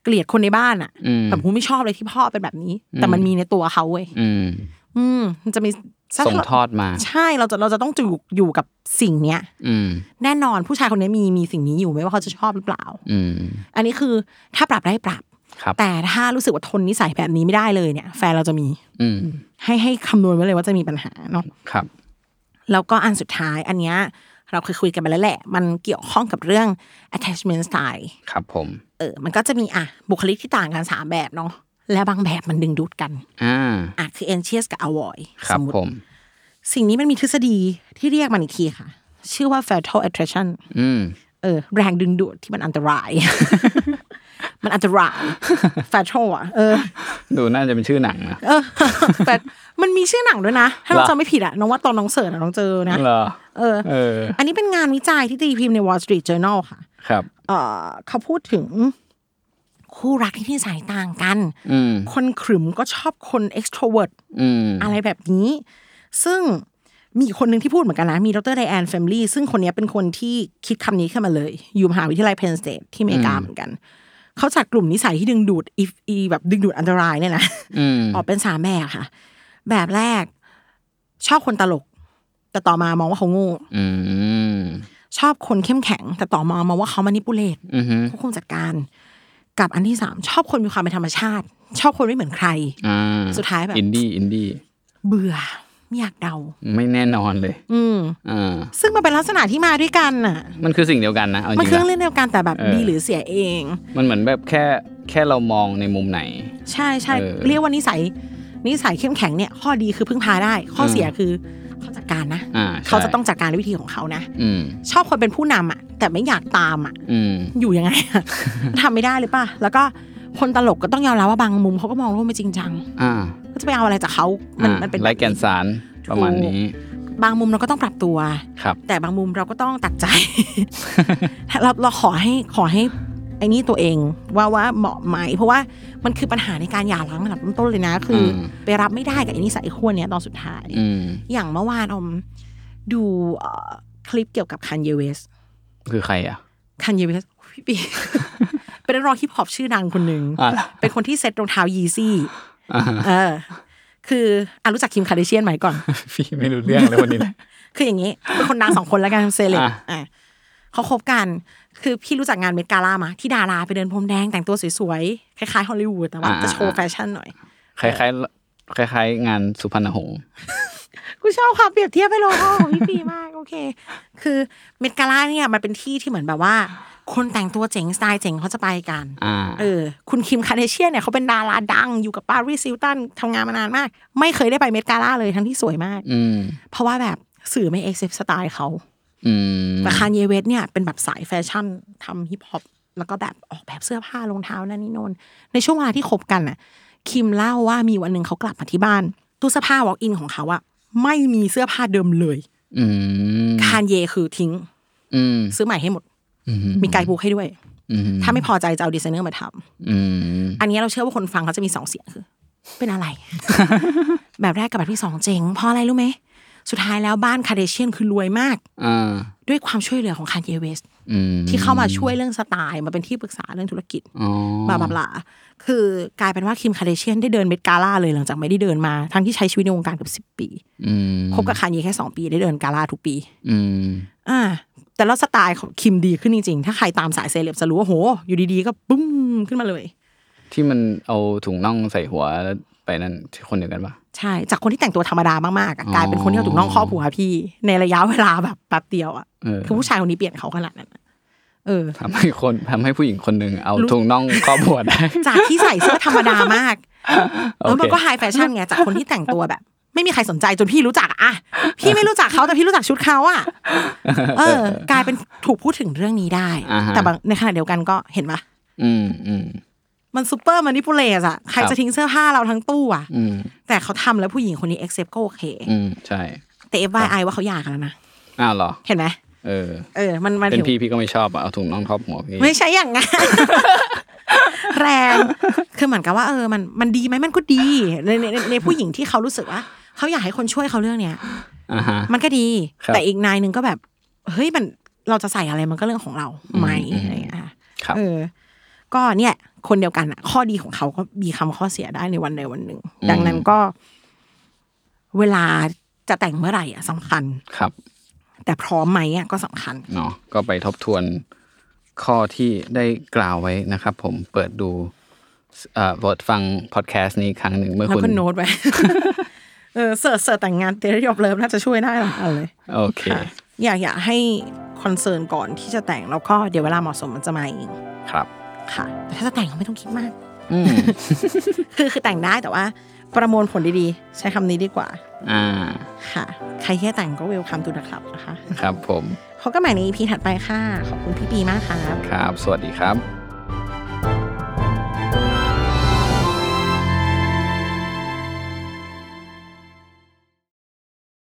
[SPEAKER 3] เกลียดคนในบ้านอะ
[SPEAKER 2] อืม
[SPEAKER 3] แบบหูไม่ชอบเลยที่พ่อเป็นแบบนี้ แต่มันมีในตัวเขาเว้ย
[SPEAKER 2] อืม
[SPEAKER 3] อืม มันจะมีสัก
[SPEAKER 2] ส่งทอดมา
[SPEAKER 3] ใช่เราจะเราจะต้องอยู่อยู่กับสิ่งเนี้ย
[SPEAKER 2] อืม
[SPEAKER 3] แน่นอนผู้ชายคนนี้มีมีสิ่งนี้อยู่ไม่ว่าเขาจะชอบหรือเปล่า
[SPEAKER 2] อืม
[SPEAKER 3] อันนี้คือถ้าปรับได้ปรับ
[SPEAKER 2] ครับ
[SPEAKER 3] แต่ถ้ารู้สึกว่าทนนิสัยแบบนี้ไม่ได้เลยเนี่ย แฟนเราจะมี
[SPEAKER 2] อืม
[SPEAKER 3] ให้ให้คำนวณไว้เลยว่าจะมีปัญหาเนาะ
[SPEAKER 2] ครับ
[SPEAKER 3] แล้วก็อันสุดท้ายอันเนี้ยเราเคยคุยกันไปแล้วแหละ มันเกี่ยวข้องกับเรื่อง attachment style
[SPEAKER 2] ครับผม
[SPEAKER 3] เออ มันก็จะมีอ่ะบุคลิกที่ต่างกันสามแบบเนาะ และบางแบบมันดึงดูดกัน
[SPEAKER 2] อ่า
[SPEAKER 3] อ่ะคือ anxious กับ avoid
[SPEAKER 2] ค
[SPEAKER 3] ส
[SPEAKER 2] รับ
[SPEAKER 3] มมติ
[SPEAKER 2] ผม
[SPEAKER 3] สิ่งนี้มันมีทฤษฎีที่เรียกมันอีกทีค่ะ ชื่อว่า fatal attraction
[SPEAKER 2] อืม
[SPEAKER 3] เออ แรงดึงดูดที่มันอันตราย มันอันตราย fatal อ่ะ เออ
[SPEAKER 2] ดูน่าจะเป็นชื่อหนังนะ
[SPEAKER 3] เออ แต่มันมีชื่อหนังด้วยนะ ถ้าเรา
[SPEAKER 2] เหรอ
[SPEAKER 3] จำไม่ผิดอะน้องว่าตอนน้องเสิร์ชอะน้องเจอนะ
[SPEAKER 2] เหรอ
[SPEAKER 3] เออ
[SPEAKER 2] เออ
[SPEAKER 3] อันนี้เป็นงานวิจัยที่ตีพิมพ์ใน Wall Street Journal ค่ะ
[SPEAKER 2] ครับ
[SPEAKER 3] เออเขาพูดถึงคู่รักที่ที่สายต่างกัน
[SPEAKER 2] อืม
[SPEAKER 3] คนขรึมก็ชอบคน extrovert
[SPEAKER 2] อืม
[SPEAKER 3] อะไรแบบนี้ ซึ่งมีคนหนึ่งที่พูดเหมือนกันนะ มีดรไดแอนแฟมลี่ซึ่งคนเนี้ยเป็นคนที่คิดคำนี้ขึ้นมาเลย อยู่มหาวิทยาลัยเพนสเตทที่อเมริกาเหมือนกัน เขาจัดกลุ่มนิสัยที่ดึงดูดอีอีแบบดึงดูดอันตรายเนี่ยนะ
[SPEAKER 2] อืม
[SPEAKER 3] ออกเป็นสามแบบค่ะ แบบแรกชอบคนตลก แต่ต่อมามองว่าเขาโง่
[SPEAKER 2] อืม
[SPEAKER 3] ชอบคนเข้มแข็ง แต่ต่อมามองว่าเขามานิปุเลต
[SPEAKER 2] อือฮึ
[SPEAKER 3] ควบคุมจัดการ กับอันที่สามชอบคนมีความเป็นธรรมชาติ ชอบคนไม่เหมือนใคร
[SPEAKER 2] อ่า
[SPEAKER 3] สุดท้ายแบบ
[SPEAKER 2] อินดี้ อินดี้
[SPEAKER 3] เบื่อไม่อยากเดา
[SPEAKER 2] ไม่แน่นอนเลย
[SPEAKER 3] อืม
[SPEAKER 2] อ่า
[SPEAKER 3] ซึ่งมันเป็นลักษณะที่มาด้วยกันน่ะ
[SPEAKER 2] มันคือสิ่งเดียวกันนะ เอาจ
[SPEAKER 3] มัน
[SPEAKER 2] ริง
[SPEAKER 3] คือ
[SPEAKER 2] ๆ
[SPEAKER 3] เรื่
[SPEAKER 2] นะ
[SPEAKER 3] องเดียวกันแต่แบบ
[SPEAKER 2] เออ
[SPEAKER 3] ดีหรือเสียเอง
[SPEAKER 2] มันเหมือนแบบแค่ แค่เรามองในมุมไหน
[SPEAKER 3] ใช่ใช่
[SPEAKER 2] เออ
[SPEAKER 3] เรียกว่านิสัย นิสัยเข้มแข็งเนี่ย ข้อดีคือพึ่งพาได้ ข้อเสียคือเขาจัดการนะ
[SPEAKER 2] อ่าใช่
[SPEAKER 3] เขาจะต้องจัดการด้วยวิธีของเขานะ
[SPEAKER 2] อืม
[SPEAKER 3] ชอบคนเป็นผู้นำอ่ะ แต่ไม่อยากตามอ่ะ
[SPEAKER 2] อืม
[SPEAKER 3] อยู่ยังไงอะ ทำไม่ได้หรือป่ะแล้วก็คนตลกก็ต้องยอมรับว่าบางมุมเขาก็มองโลกไม่จริงจัง
[SPEAKER 2] อ่า
[SPEAKER 3] ก็จะไปเอาอะไรจากเขามัน
[SPEAKER 2] อ่า
[SPEAKER 3] มันเป็น
[SPEAKER 2] ไร้
[SPEAKER 3] แบบ
[SPEAKER 2] แกน
[SPEAKER 3] นี้
[SPEAKER 2] สาร ประมาณนี้
[SPEAKER 3] บางมุมเราก็ต้องปรับตัว
[SPEAKER 2] ครับ
[SPEAKER 3] แต่บางมุมเราก็ต้องตัดใจ เราเราขอให้ขอให้ไอ้นี่ตัวเองว่าว่าเหมาะไหม เพราะว่ามันคือปัญหาในการหย่าร้างระดับต้นๆเลยนะ คืออ
[SPEAKER 2] ม
[SPEAKER 3] ไปรับไม่ได้กับไอ้นิสัยขั้วเนี้ยตอนสุดท้าย
[SPEAKER 2] อืม
[SPEAKER 3] อย่างเมื่อวานอมดูเอ่อคลิปเกี่ยวกับคันเยเวส
[SPEAKER 2] คือใครอ่ะ
[SPEAKER 3] คันเยเวสพี่ปี เป็นนักร้องฮิปฮอปชื่อดังคนหนึ่ง
[SPEAKER 2] อ่า
[SPEAKER 3] เป็นคนที่เซ็ตรองเท้ายีซี่เออ คืออ่ะรู้จักคิมคาเดเชียนไหมก่อน
[SPEAKER 2] พี่ไม่รู้เรื่องเลยวันนี้เลย
[SPEAKER 3] คืออย่างนี้ เป็นคนดังสองคนแล้วกันเซเลบ
[SPEAKER 2] อ่ะ
[SPEAKER 3] อ่ะเขาคบกัน คือพี่รู้จักงานเมดกาล่ามา ที่ดาราไปเดินพรมแดงแต่งตัวสวยๆ คล้ายๆฮอลลีวูดแต่ว่าจะโชว์แฟชั่นหน่อย
[SPEAKER 2] คล้าย คล้ายๆ งานสุพรรณหงษ์
[SPEAKER 3] กูชอบความเปรียบเทียบไปโลโก้ของพี่ปีมาก โอเค คือเมดกาล่าเนี่ยมันเป็นที่ที่เหมือนแบบว่า คนแต่งตัวเจ๋งสไตล์เจ๋งเขาจะไปกัน
[SPEAKER 2] อ่า
[SPEAKER 3] เออ คุณคิมคาเดเชียนเนี่ยเขาเป็นดาราดังอยู่กับปารีสซิลตันทำงานมานานมาก ไม่เคยได้ไปเมดกาล่าเลยทั้งที่สวยมาก
[SPEAKER 2] อืม
[SPEAKER 3] เพราะว่าแบบสื่อไม่เอ็กเซปสไตล์เขา
[SPEAKER 2] อืม
[SPEAKER 3] แต่คานเยเวสเนี่ยเป็นแบบสายแฟชั่นทำฮิปฮอปแล้วก็แบบออกแบบเสื้อผ้ารองเท้านั่นนี่โนนในช่วงเวลาที่คบกันน่ะ คิมเล่าว่ามีวันหนึ่งเขากลับมาที่บ้าน ตู้เสื้อผ้าวอล์กอินของเขาอะไม่มีเสื้อผ้าเดิมเลย
[SPEAKER 2] อืม
[SPEAKER 3] คานเยคือทิ้ง
[SPEAKER 2] อืม
[SPEAKER 3] ซื้อใหม่ให้หมด
[SPEAKER 2] อืม
[SPEAKER 3] มีไกด์บุ๊กให้ด้วย
[SPEAKER 2] อืม
[SPEAKER 3] ถ้าไม่พอใจจะเอาดีไซเนอร์มาทำ
[SPEAKER 2] อืม
[SPEAKER 3] อันนี้เราเชื่อว่าคนฟังเขาจะมีสองเสียงคือ เป็นอะไร แบบแรกกับแบบที่สองเจ๋งเพราะอะไรรู้ไหมสุดท้ายแล้วบ้านคาเดเชียนคือรวยมาก
[SPEAKER 2] อ่า
[SPEAKER 3] ด้วยความช่วยเหลือของคานเยเวส
[SPEAKER 2] อืม
[SPEAKER 3] ที่เข้ามาช่วยเรื่องสไตล์มาเป็นที่ปรึกษาเรื่องธุรกิจ
[SPEAKER 2] อ๋อบ
[SPEAKER 3] ลาบลาบลาคือกลายเป็นว่าคิมคาเดเชียนได้เดินเมดกาล่าเลยหลังจากไม่ได้เดินมาทั้งที่ใช้ชีวิตในวงการเกือบสิบปี
[SPEAKER 2] อืม
[SPEAKER 3] คบกับคานยีแค่สองปีได้เดินกาล่าทุกปี
[SPEAKER 2] อืม
[SPEAKER 3] อ่า แต่แล้วสไตล์ของคิมดีขึ้นจริงๆ ถ้าใครตามสายเซเลบจะรู้ว่าโห อยู่ดีๆ ก็ปุ้มขึ้นมาเลย
[SPEAKER 2] ที่มันเอาถุงน่องใส่หัวแล้วไปนั่นที่คนเดียวกันปะ
[SPEAKER 3] ใช่ จากคนที่แต่งตัวธรรมดามากๆอะ
[SPEAKER 2] อ๋อ
[SPEAKER 3] กลายเป็นคนที่เอาถุงน่องครอบหัวพี่ ในระยะเวลาแบบแป๊บเดียวอ่ะ
[SPEAKER 2] เออ
[SPEAKER 3] คือผู้ชายคนนี้เปลี่ยนเขาขนาดนั้นอะเอ อ
[SPEAKER 2] ทำให้คนทำให้ผู้หญิงคนหนึ่งเอาถุงน่องครอบหัวได้
[SPEAKER 3] จากที่ใส่เสื้อธรรมดามาก
[SPEAKER 2] โอเค
[SPEAKER 3] แล้วมันก็ไฮแฟชั่นไงจากคนที่แต่งตัวแบบ ไม่มีใครสนใจจนพี่รู้จัก อะพี่ไม่รู้จักเขาแต่พี่รู้จักชุดเขาอะเออ กลายเป็นถูกพูดถึงเรื่องนี้ได้
[SPEAKER 2] อ่าฮะ
[SPEAKER 3] แต่บางในขณะเดียวกันก็เห็นปะ
[SPEAKER 2] อืมอืม
[SPEAKER 3] มันซูเปอร์มันนิปูเลสอะใคร
[SPEAKER 2] ครับ
[SPEAKER 3] จะทิ้งเสื้อผ้าเราทั้งตู้อะ
[SPEAKER 2] อืม
[SPEAKER 3] แต่เขาทำแล้วผู้หญิงคนนี้เอ็กเซปก็โอเค
[SPEAKER 2] อืมใช่
[SPEAKER 3] แต่ FYI ว่าเขาหย่ากันแล้วนะ
[SPEAKER 2] อ้าวเหรอ
[SPEAKER 3] เห็นไหม
[SPEAKER 2] เออ
[SPEAKER 3] เออ มันมัน
[SPEAKER 2] เป็น
[SPEAKER 3] ถึง
[SPEAKER 2] พี่พี่ก็ไม่ชอบอะเอาถุงน่องครอบหัวพี่
[SPEAKER 3] ไม่ใช่อย่างนั้น แรง คือเหมือนกับว่าเออ มันมันดีไหมมันก็ดีในในในในผู้หญิงที่เขารู้สึกว่าเขาอยากให้คนช่วยเขาเรื่องเนี้ย
[SPEAKER 2] อ่าฮะ
[SPEAKER 3] มันก็ดี
[SPEAKER 2] ครับ
[SPEAKER 3] แต่อีกนายหนึ่งก็แบบเฮ้ยมันเราจะใส่อะไรมันก็เรื่องของเราไหมอะไรอย่างเงี้ยค่ะ
[SPEAKER 2] ครับ
[SPEAKER 3] เออ ก็เนี่ยคนเดียวกันอะข้อดีของเขาก็มีคำข้อเสียได้ในวันใดวันหนึ่ง ดังนั้นก็ เวลาจะแต่งเมื่อไหร่อะสำคัญ
[SPEAKER 2] ครับ
[SPEAKER 3] แต่พร้อมไหมอะก็สำคัญ
[SPEAKER 2] เนาะก็ไปทบทวนข้อที่ได้กล่าวไว้นะครับผมเปิดดูเอ่อเปิดฟังพอดแคสต์นี้อีกครั้งหนึ่งเมื่อ
[SPEAKER 3] แล้ว
[SPEAKER 2] คุณ
[SPEAKER 3] ก็โน้ตไว้ เออเสิร์ชเสิร์ชแต่งงานเตรียมเลิฟน่าจะช่วยได้หลายอันเลย
[SPEAKER 2] โอเค
[SPEAKER 3] ค่ะอยากอยากให้คอนเซิร์นก่อนที่จะแต่งแล้วก็เดี๋ยวเวลาเหมาะสมมันจะมาเอง
[SPEAKER 2] ครับ
[SPEAKER 3] ค่ะ แต่ถ้าจะแต่งก็ไม่ต้องคิดมาก
[SPEAKER 2] อืม
[SPEAKER 3] คือคือแต่งได้แต่ว่า ประมวลผลดีๆ ใช้คำนี้ดีกว่า
[SPEAKER 2] อ่า
[SPEAKER 3] ค่ะ ใครที่จะแต่งก็เวลคัมตูนะครับนะคะ
[SPEAKER 2] ครับผม
[SPEAKER 3] พบกันใหม่ใน EP ถัดไปค่ะ ขอบคุณพี่ปีมากครับ
[SPEAKER 2] ครับ สวัสดีครับ